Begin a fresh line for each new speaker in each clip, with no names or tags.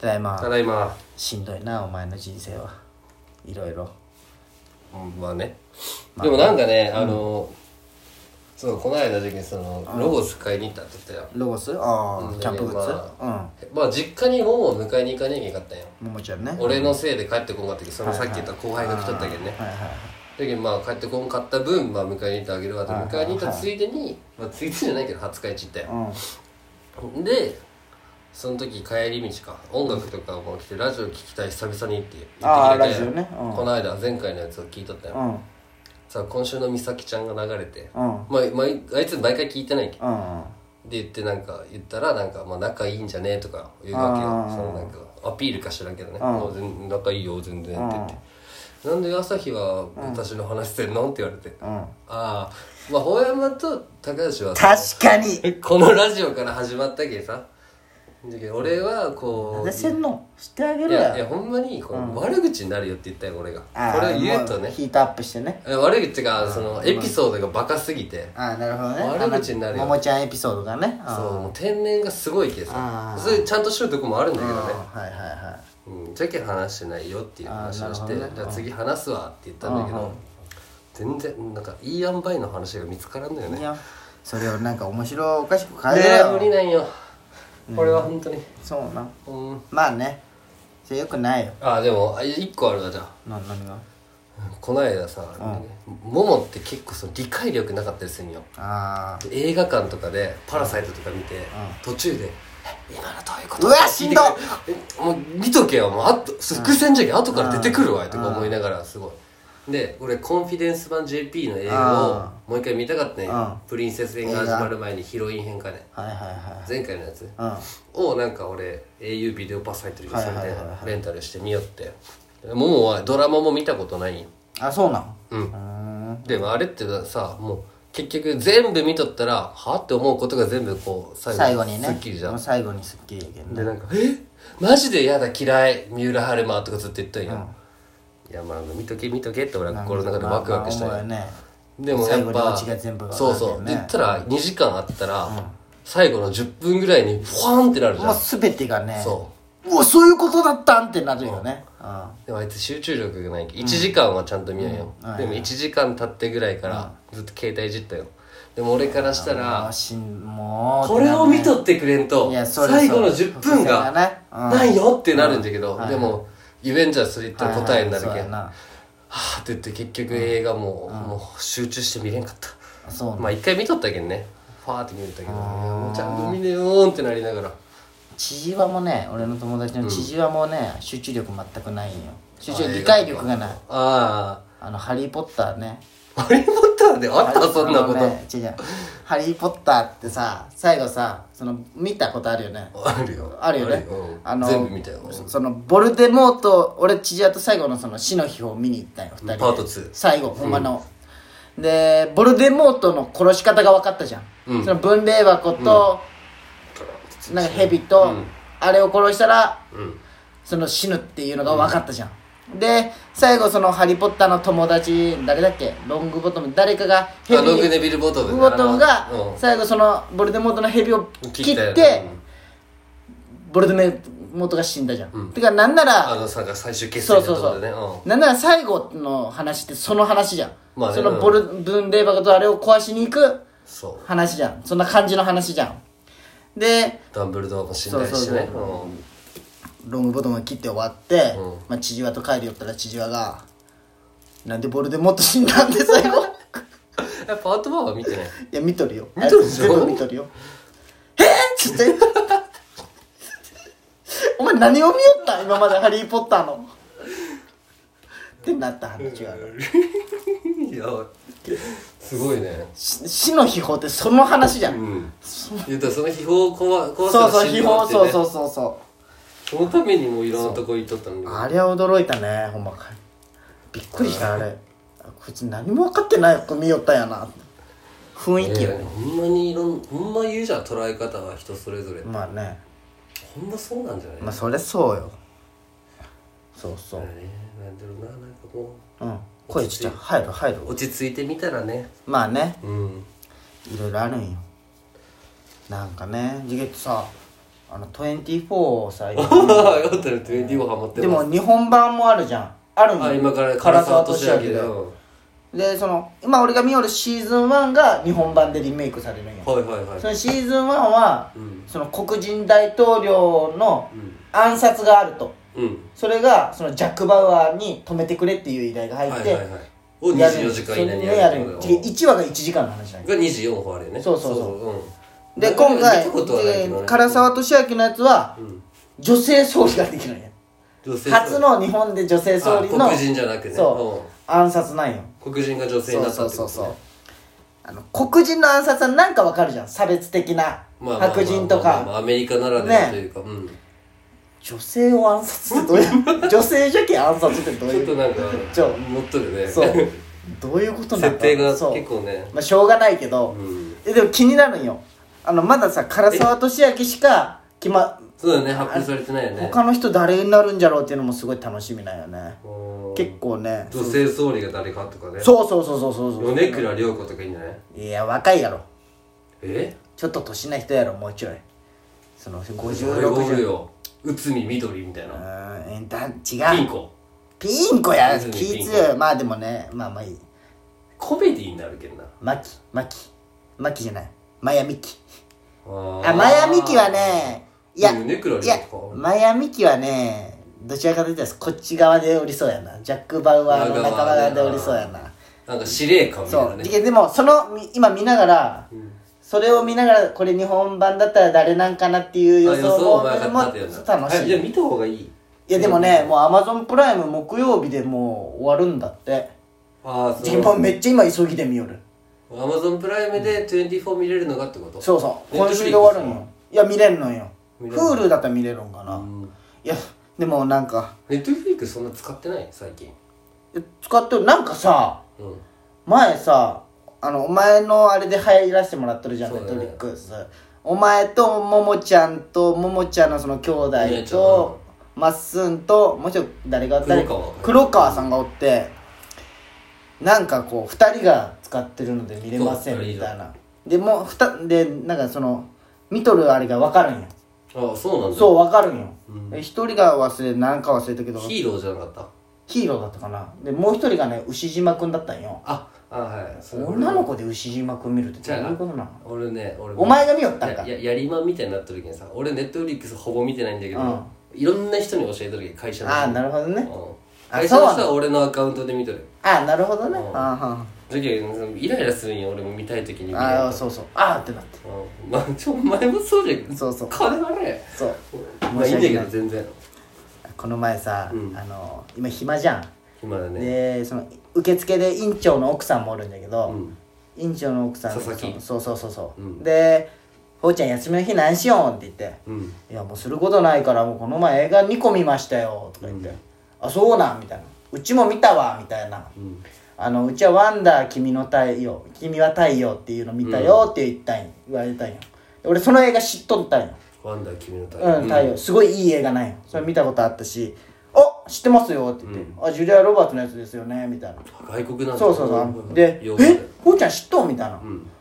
ただいま
ただいま
しんどいなお前の人生はいろいろ
うんまあねでもなんかね、あのそのこの間の時にそのロゴス買いに行ったって言ったよ
ロゴスあ
う
あ
ん
キャンプグッズ、
ままあ実家にもを迎えに行かねえけんかったんよ
うんももちゃんね
俺のせいで帰ってこんかったけどそのさっき言った後輩が来とったけんね
はいはいはい
だけどまあ帰ってこんかった分、まあ、迎えに行ってあげるわって迎えに行ったついでに、まあ、ついでじゃないけど初日市行ったよ
うん
でその時帰り道か音楽とかも来てラジオ聞きたい久々にって言ってくれ
ああ
た
ラジオねうん
この間前回のやつを聞いとったよ、
うん
さあ今週の美咲ちゃんが流れて、
うん
まあまあ、あいつ毎回聞いてないけん
うん
で言ってなんか言ったらなんかまあ仲いいんじゃねえとか言うわけよ
あー
そのなんかアピールか知らんけどね「
ん
もう全仲いいよ全然」って言って「なんで朝日は私の話してんの?」って言われて「
うん
ああまあ大山と高橋はさ
確かに
このラジオから始まったけさだけど俺はこう
出せんのしてあげ
い
る
やいや
よ
ほんまにこの悪口になるよって言ったよ俺が
ああ
これを言うと
も
ね
ヒートアップしてね
え悪口ってかそのエピソードがバカすぎて
ああなるほどね
悪口になるよ
あのももちゃんエピソードがねああ
そうもう天然がすごいけさ
あー
それちゃんとしとるとこもあるんだけどね
ああはいはいはい
うん、じゃけ話してないよっていう話をし
あーな
て、
るほどね
じゃあ次話すわって言ったんだけど、全然なんかいい塩梅の話が見つからんのよ
い
ね
い
ね
よそれをなんか面白おかしく変えろ
え
よ
無理なんよ、これは本当に
そうな
うん
まあねそれよくないよ
あでもあ一個あるわじゃあ
な何が
この間さ、ももって結構その理解力なかったりするんよ
ああ
で映画館とかで「パラサイト」とか見て、途中で「え今のどういうこと?」
うわしんど
えもう見とけよもうあと伏線じゃけん後から出てくるわよとか思いながらすごいで俺コンフィデンス版 JP の映画をもう一回見たかったね
うん
プリンセス編が始まる前にヒロイン編かね
はいはいはい
前回のやつ
うん
をなんか俺 au ビデオパス入ってるけどそれ
はい
で
はいはいは
レンタルしてみよってももはドラマも見たことないんよ
あそうなん
うん
うーん
でもあれってさもう結局全部見とったらはって思うことが全部こう最後
最後にね
すっきりじゃ
もうん最後にすっきりやけどね
でなんか「えマジで嫌だ嫌い三浦春馬」とかずっと言ったんや、いやまあ見とけ見とけって俺は心の中でワクワクしたん
まあ
や、
まあ思うよね
でもやっ
最後にオ
ぱ
チが全部わかるけ
そ
どね
うそうで言ったら2時間あったら、最後の10分ぐらいにファーンってなるじゃん、
もう全てがね
そう
うわそういうことだったんってなるよねうん
でもあいつ集中力がない1時間はちゃんと見ないよ、
うんはい
でも1時間経ってぐらいからずっと携帯いじったよでも俺からしたら、
あしんもう
これを見とってくれんと
いやそれ
最後の10分
それが
が
ねうん
ないよってなるんだけど
はい
でもゆえんじゃそれ言ったら答えになる
はい
け
はいそうんや
は
な
あって言って結局映画ももう集中して見れんかった
そうなん
まあ一回見とったけんねファーって見れたけどいやもうちゃんと見ねよーんってなりながら
千々和もね俺の友達の千々和もね、集中力全くないんよ集
あ
中
映
理
画
解力がない
あ
あの「ハリー・ポッターね」
あハリー・ポッターであったそんなこ
あのね違う違う「ハリー・ポッター」ってさ最後さその見たことあるよね
とあるよ
あるよね
うん
あの
全部見たよ
そそのボルデモート俺千々和と最後のその死の日を見に行ったよ2人で
パート2
最後ほんまの、でボルデモートの殺し方が分かったじゃん、
うん
その分霊箱と、なんか蛇と、
うん
あれを殺したら
うん
その死ぬっていうのが分かったじゃん、で最後その「ハリー・ポッター」の友達誰だっけロングボトム誰かが
あロングネビル・ボトム
ボトムが
うん
最後そのボルデモートの蛇を切
切ったよ
っ
ね
てボルデモートが死んだじゃん、てかなんな
あ
ら
のさが最終決
そ
戦
うそ
だ
うそ
と
う、
でねうん
なんなら最後の話ってその話じゃん、
まあね
そのボル分霊箱とあれを壊しに行く
そう
話じゃんそんな感じの話じゃんで
ダンブルドアも死んだりしてね
そうそうロングボトムが切って終わって、
うん
まあ、千々和と帰り寄ったら千々和が「なんでボルデモート死んだんで最後」
うんやっぱアートバーは見 てない
いや見とるよ
見とるでしょ
全部見とる よ「えっ!」 つって「お前何を見よった今まで「ハリー・ポッターの」ってなった話がある
いやすごいね
し死の秘宝ってその話じゃん、
うん言ったらその秘宝を壊壊
そうそう
す
秘宝そうそううそうそ
そのためにもいろんなとこ行っとったのに
うあれは驚いたねほんまかびっくりしたあれあこいつ何も分かってない子見よったんやな雰囲気よ
いや
ね、
ほんまにいろんほんま言うじゃん捉え方は人それぞれ
まあね
ほんまそうなんじゃない
まあそれそうよそうそう
だねなんだろうななんかこ
うん声ちっちゃい入る入る
う落ち着いてみたらね
まあね
うん
いろいろあるんよなんかねジゲットさあの24を最 近
あよかったね24ハマって
で
ます
も日本版もあるじゃんあるの
あ今から
唐
唐
沢
沢
俊
俊
明
明
で
だよ
でその今俺が見よるシーズン1が日本版でリメイクされるんや
はいはいはい
そのシーズン1は
うん
その黒人大統領の
うん
暗殺があると
うん
それがそのジャック・バウアーに止めてくれっていう依頼が
は
入
いは
っ
い
て、
はいを
やる
24時間以内に
や
や
る
る
ん
って
や
こ
そ
と
れが1話
だ
が1時間の話なんや
が24本あるよね
そうそうそう
うん
で今回
見たことはないけど
で
ね
唐沢俊明のやつは
うん
女性総理ができるんや
女性
初の日本で女性総理の
あ黒人じゃなくてね
そう暗殺なんよ
うん黒人が女性
そ
に
う
なった
そ
っ
う
て
そ
こ
う
と
そう
ね
あの黒人の暗殺はなんかわかるじゃん差別的な
まあまあまあ
白人と
まあまあ
か
アメリカならではというかうん
女性を暗殺ってどういう女性邪気暗殺ってどう
ちょっ
い
と
う
なんか
ちょ
持っとるね
そうどういうことなの
設定が
そう
結構ね
まあしょうがないけど、
うん
えでも気になるんよあのまださ唐沢俊明しか決ま
そうだね発表されてないよね
他の人誰になるんじゃろうっていうのもすごい楽しみなんよね
うん
結構ね
女性総理が誰かとかね
そうそうそうそうそうそう
米倉涼子とかいいんじゃない
いや若いやろ
え
ちょっと年な人やろもうちょいその
おる
5060
よ内海みどりみたいうな
ーんえんだ
ピ
違
ン
う
コ
ピンコや
ピンコ
気強いまあでもねまあまあいい
コメディになるけんな
マキマキマキじゃないマヤミキ
あ
あマヤミキはねいや
ネクラ
い
リ
や
アとか
マヤミキはねどちらかというとこっち側でおりそうやなジャック・バウアーの仲間側でおりそうやな
なんか司令官みたい
そ
な
う
ね
ででもそのみ今見ながら、それを見ながらこれ日本版だったら誰なんかなっていう予
あ
想
想
も
もなかったってやつ
も楽しい
じゃあ見た方がいい
いやでもねもうアマゾンプライム木曜日でもう終わるんだって
ああ
でもめっちゃ今急ぎで見よる
アマゾンプライムで24見れるのがってこと
そうそう
ネッ
今
ト
週
フリックス
で終わるんよいや見れんのよ
見れんの
Hulu だったら見れるんかな、
ん
いやでもなんか
ネットフリックスそんな使ってない最近
使ってるなんかさ
うん
前さあのお前のあれで入らせてもらってるじゃんネ
そう
ッ
だ
ト
ね
リックスお前とももちゃんとももちゃんのその兄弟
姉ちゃん
とまっすんともうちょっと誰が誰
黒川
黒川さんがおってなんかこう2人が使ってるので見れません
そう
みたいなでもうふたでなんかその見とるあれが分かるんよ
ああそうなんだ
そう分かるんよで一人が忘れなんか忘れたけど
ヒーローじゃなかった
ヒーローだったかなでもう一人がね牛島くんだったんよ
ああはいそれ
女の子で牛島くん見るってどういうことなの
俺ね俺
お前が見よったんか
やややりまんみたいになった時にさ俺ネットフリックスほぼ見てないんだけど、
うん
いろんな人に教えた時会社の人
ああなるほどね
うん
あ
会社の
そ
人
うな
は俺のアカウントで見とる
ああなるほどね
うん
あ
だけどそのイライラするんよ俺も見たい時に見
ー
れ
は
ん
んあーそうそうああってなって
うんまあちょお前もそうじゃん
そうそう
金あれ
そう
まあいいんだけ
申
ど全然
この前さ、
うん
あの今暇じゃん、
今だね
でその受付で院長の奥さんもおるんだけど、
うん
院長の奥さん
佐々木
そうそうそうそう、
うん
で「ほうちゃん休みの日何しよん?」って言って
うん
「いやもうすることないからもうこの前映画2個見ましたよ」とか言って「
うん
あそうなん」みたいな「うちも見たわ」みたいな
うん
あのうちは「ワンダー君の太陽君は太陽」っていうの見たよって言ったんよ言われたんよで俺その映画知っとったんよ
ワンダー君の太
うん、太陽すごいいい映画なんよそれ見たことあったし「お知ってますよ」って言って「あジュリア・ロバーツのやつですよね」みたいな
外国なんだ
そうそうそうで「えほうちゃん知っとん?」みたいな
うん
「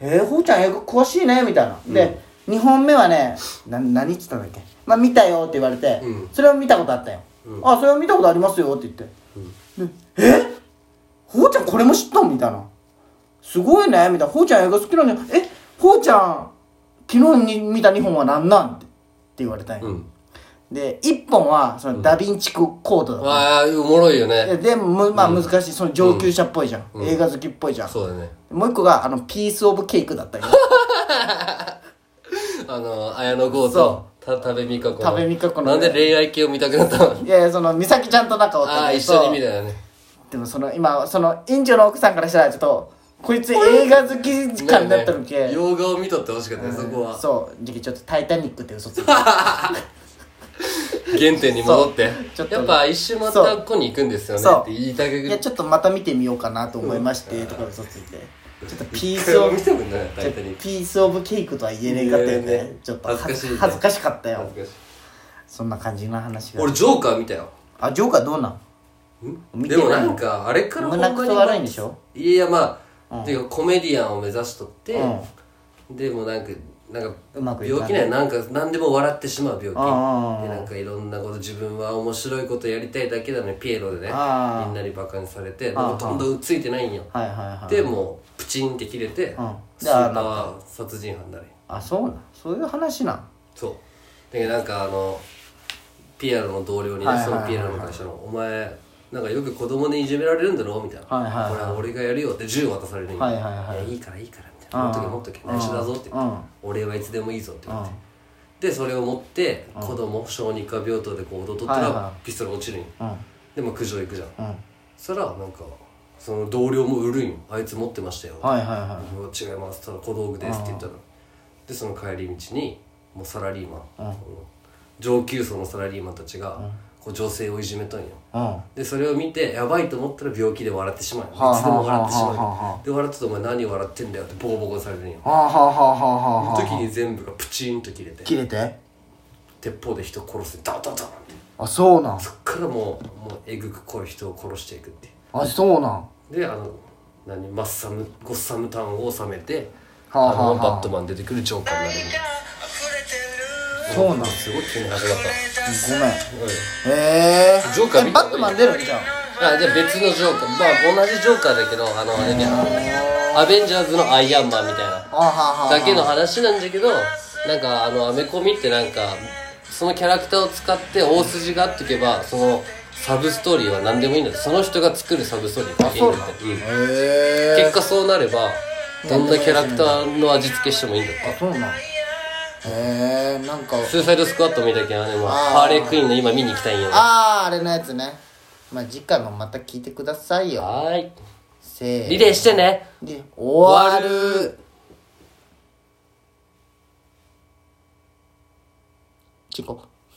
えー、ほうちゃん映画詳しいね」みたいなで、2本目はねな何言ってたんだっけ「まあ見たよ」って言われて、
うん
それを見たことあったよ「
うん
あそれを見たことありますよ」って言って「えほうちゃんこれも知っとん?」みたいな「すごいね」みたいな「ほうちゃん映画好きなのにえほうちゃん昨日に見た2本は何なん?」って言われたんよ、
うん
で1本はそのダ・ヴィンチコードだっ
ああおもろいよ
た、
ね
ででもむまあ難しいその上級者っぽいじゃん、
うん
映画好きっぽいじゃん
そうだね
もう一個があのピース・オブ・ケイクだ ったよ
あの綾野剛
そ
とた多部未華子の
多部未華子の
なんで恋愛系を見たくなったの
いやいやその美咲ちゃんと仲を
ああ一緒に見たよね
でもその今その院長の奥さんからしたらちょっとこいつ映画好き感になったのけ、
ね洋画を見とってほしかったよそこは
そうじゃあちょっと「タイタニック」って嘘ついた
原点に戻って
ちょっと
やっぱ一周また子に行くんですよね
そう
って言いたく
いやちょっとまた見てみようかなと思いましてとか嘘ついてちょっとピース・オブ
見たことない
ちょ
大
っと
体に
ピース・オブ・ケイクとは言えねえかったよ
言えねえ
ね
ね
ちょっと
恥ずかしいね
恥ずかしかったよ
恥ずかしい
そんな感じの話が
俺ジョーカー見たよ
あジョーカーどうなん見て
で
ない
もなんかあれから
胸くそ悪いんでしょ
いやまあていうかコメディアンを目指しとって
うん
でもなんかなんか
うまくいか
病
ない
気ねなんか何でも笑ってしまう病気で
ああ
なんかいろんなこと自分は面白いことやりたいだけなのにピエロでね
ああ
みんなにバカにされてで
ああ
もどんどんついてないんよ
はいはいはい
でもうプチンって切れてスー
でああ
パー殺人犯になれ
あそうなんそういう話なん
そうだけどなんかあのピエロの同僚に
はい
ね
はい
そ
はいはい
のピエロの会社の「お前なんかよく子供にいじめられるんだろ?」みたいな「
はいはいはい
これは俺がやるよ」って銃渡されるんよ
はいはいはい
やいいからいいから」みたいな「持っとけ持っとけ内緒だぞ」って
うん
「俺はいつでもいいぞ」って言って
うん
でそれを持って子供小児科病棟でこう踊っとった
はいは
らピストル落ちるんよ
うん
でも苦情行くじゃん
うん
そしたらなんかその同僚も売るんよあいつ持ってましたよ
はいはいは
僕は違いますただ小道具ですって言ったらでその帰り道にもうサラリーマン、この上級層のサラリーマンたちが、こう女性をいじめとんよ
いうん
でそれを見てやばいと思ったら病気で笑ってしまうよ、
はあ
いつでも笑ってしまうよ、
はあはあは
で笑ってたお前何笑ってんだよってボコボコにされるんよ
はあはあはあはあはあ
その時に全部がプチンと切れて
切れて
鉄砲で人殺すダダダンって
あそうなん
そっからもうもうえぐくこう人を殺していくっていう
あそうなん
であの何マッサムゴッサムタウンを収めて、
はあはあはあ
のバットマン出てくるジョーカーになるみたいな
そうなんごめん
すごい急に始まった
ええ
ジョーカー見
え
た
バットマン出るんじゃん
あじゃあ別のジョーカーまあ同じジョーカーだけどあのあれねアベンジャーズのアイアンマンみたいな
あはあはあ
だけの話なんだけどなんかあのアメコミってなんかそのキャラクターを使って大筋があっていけばそのサブストーリーは何でもいいんだってその人が作るサブストーリーがいいんだって、うん
ええ
結果そうなればどんなキャラクターの味付けしてもいいんだって
あそうなんええなんか
スーサイドスクワット見たけどね、もう
あー
ハーレークイーンの今見に行きたいんよ。は
あああれのやつねまあ次回もまた聞いてくださいよ
ーい。
せーの
リレーしてね。
で終わる事故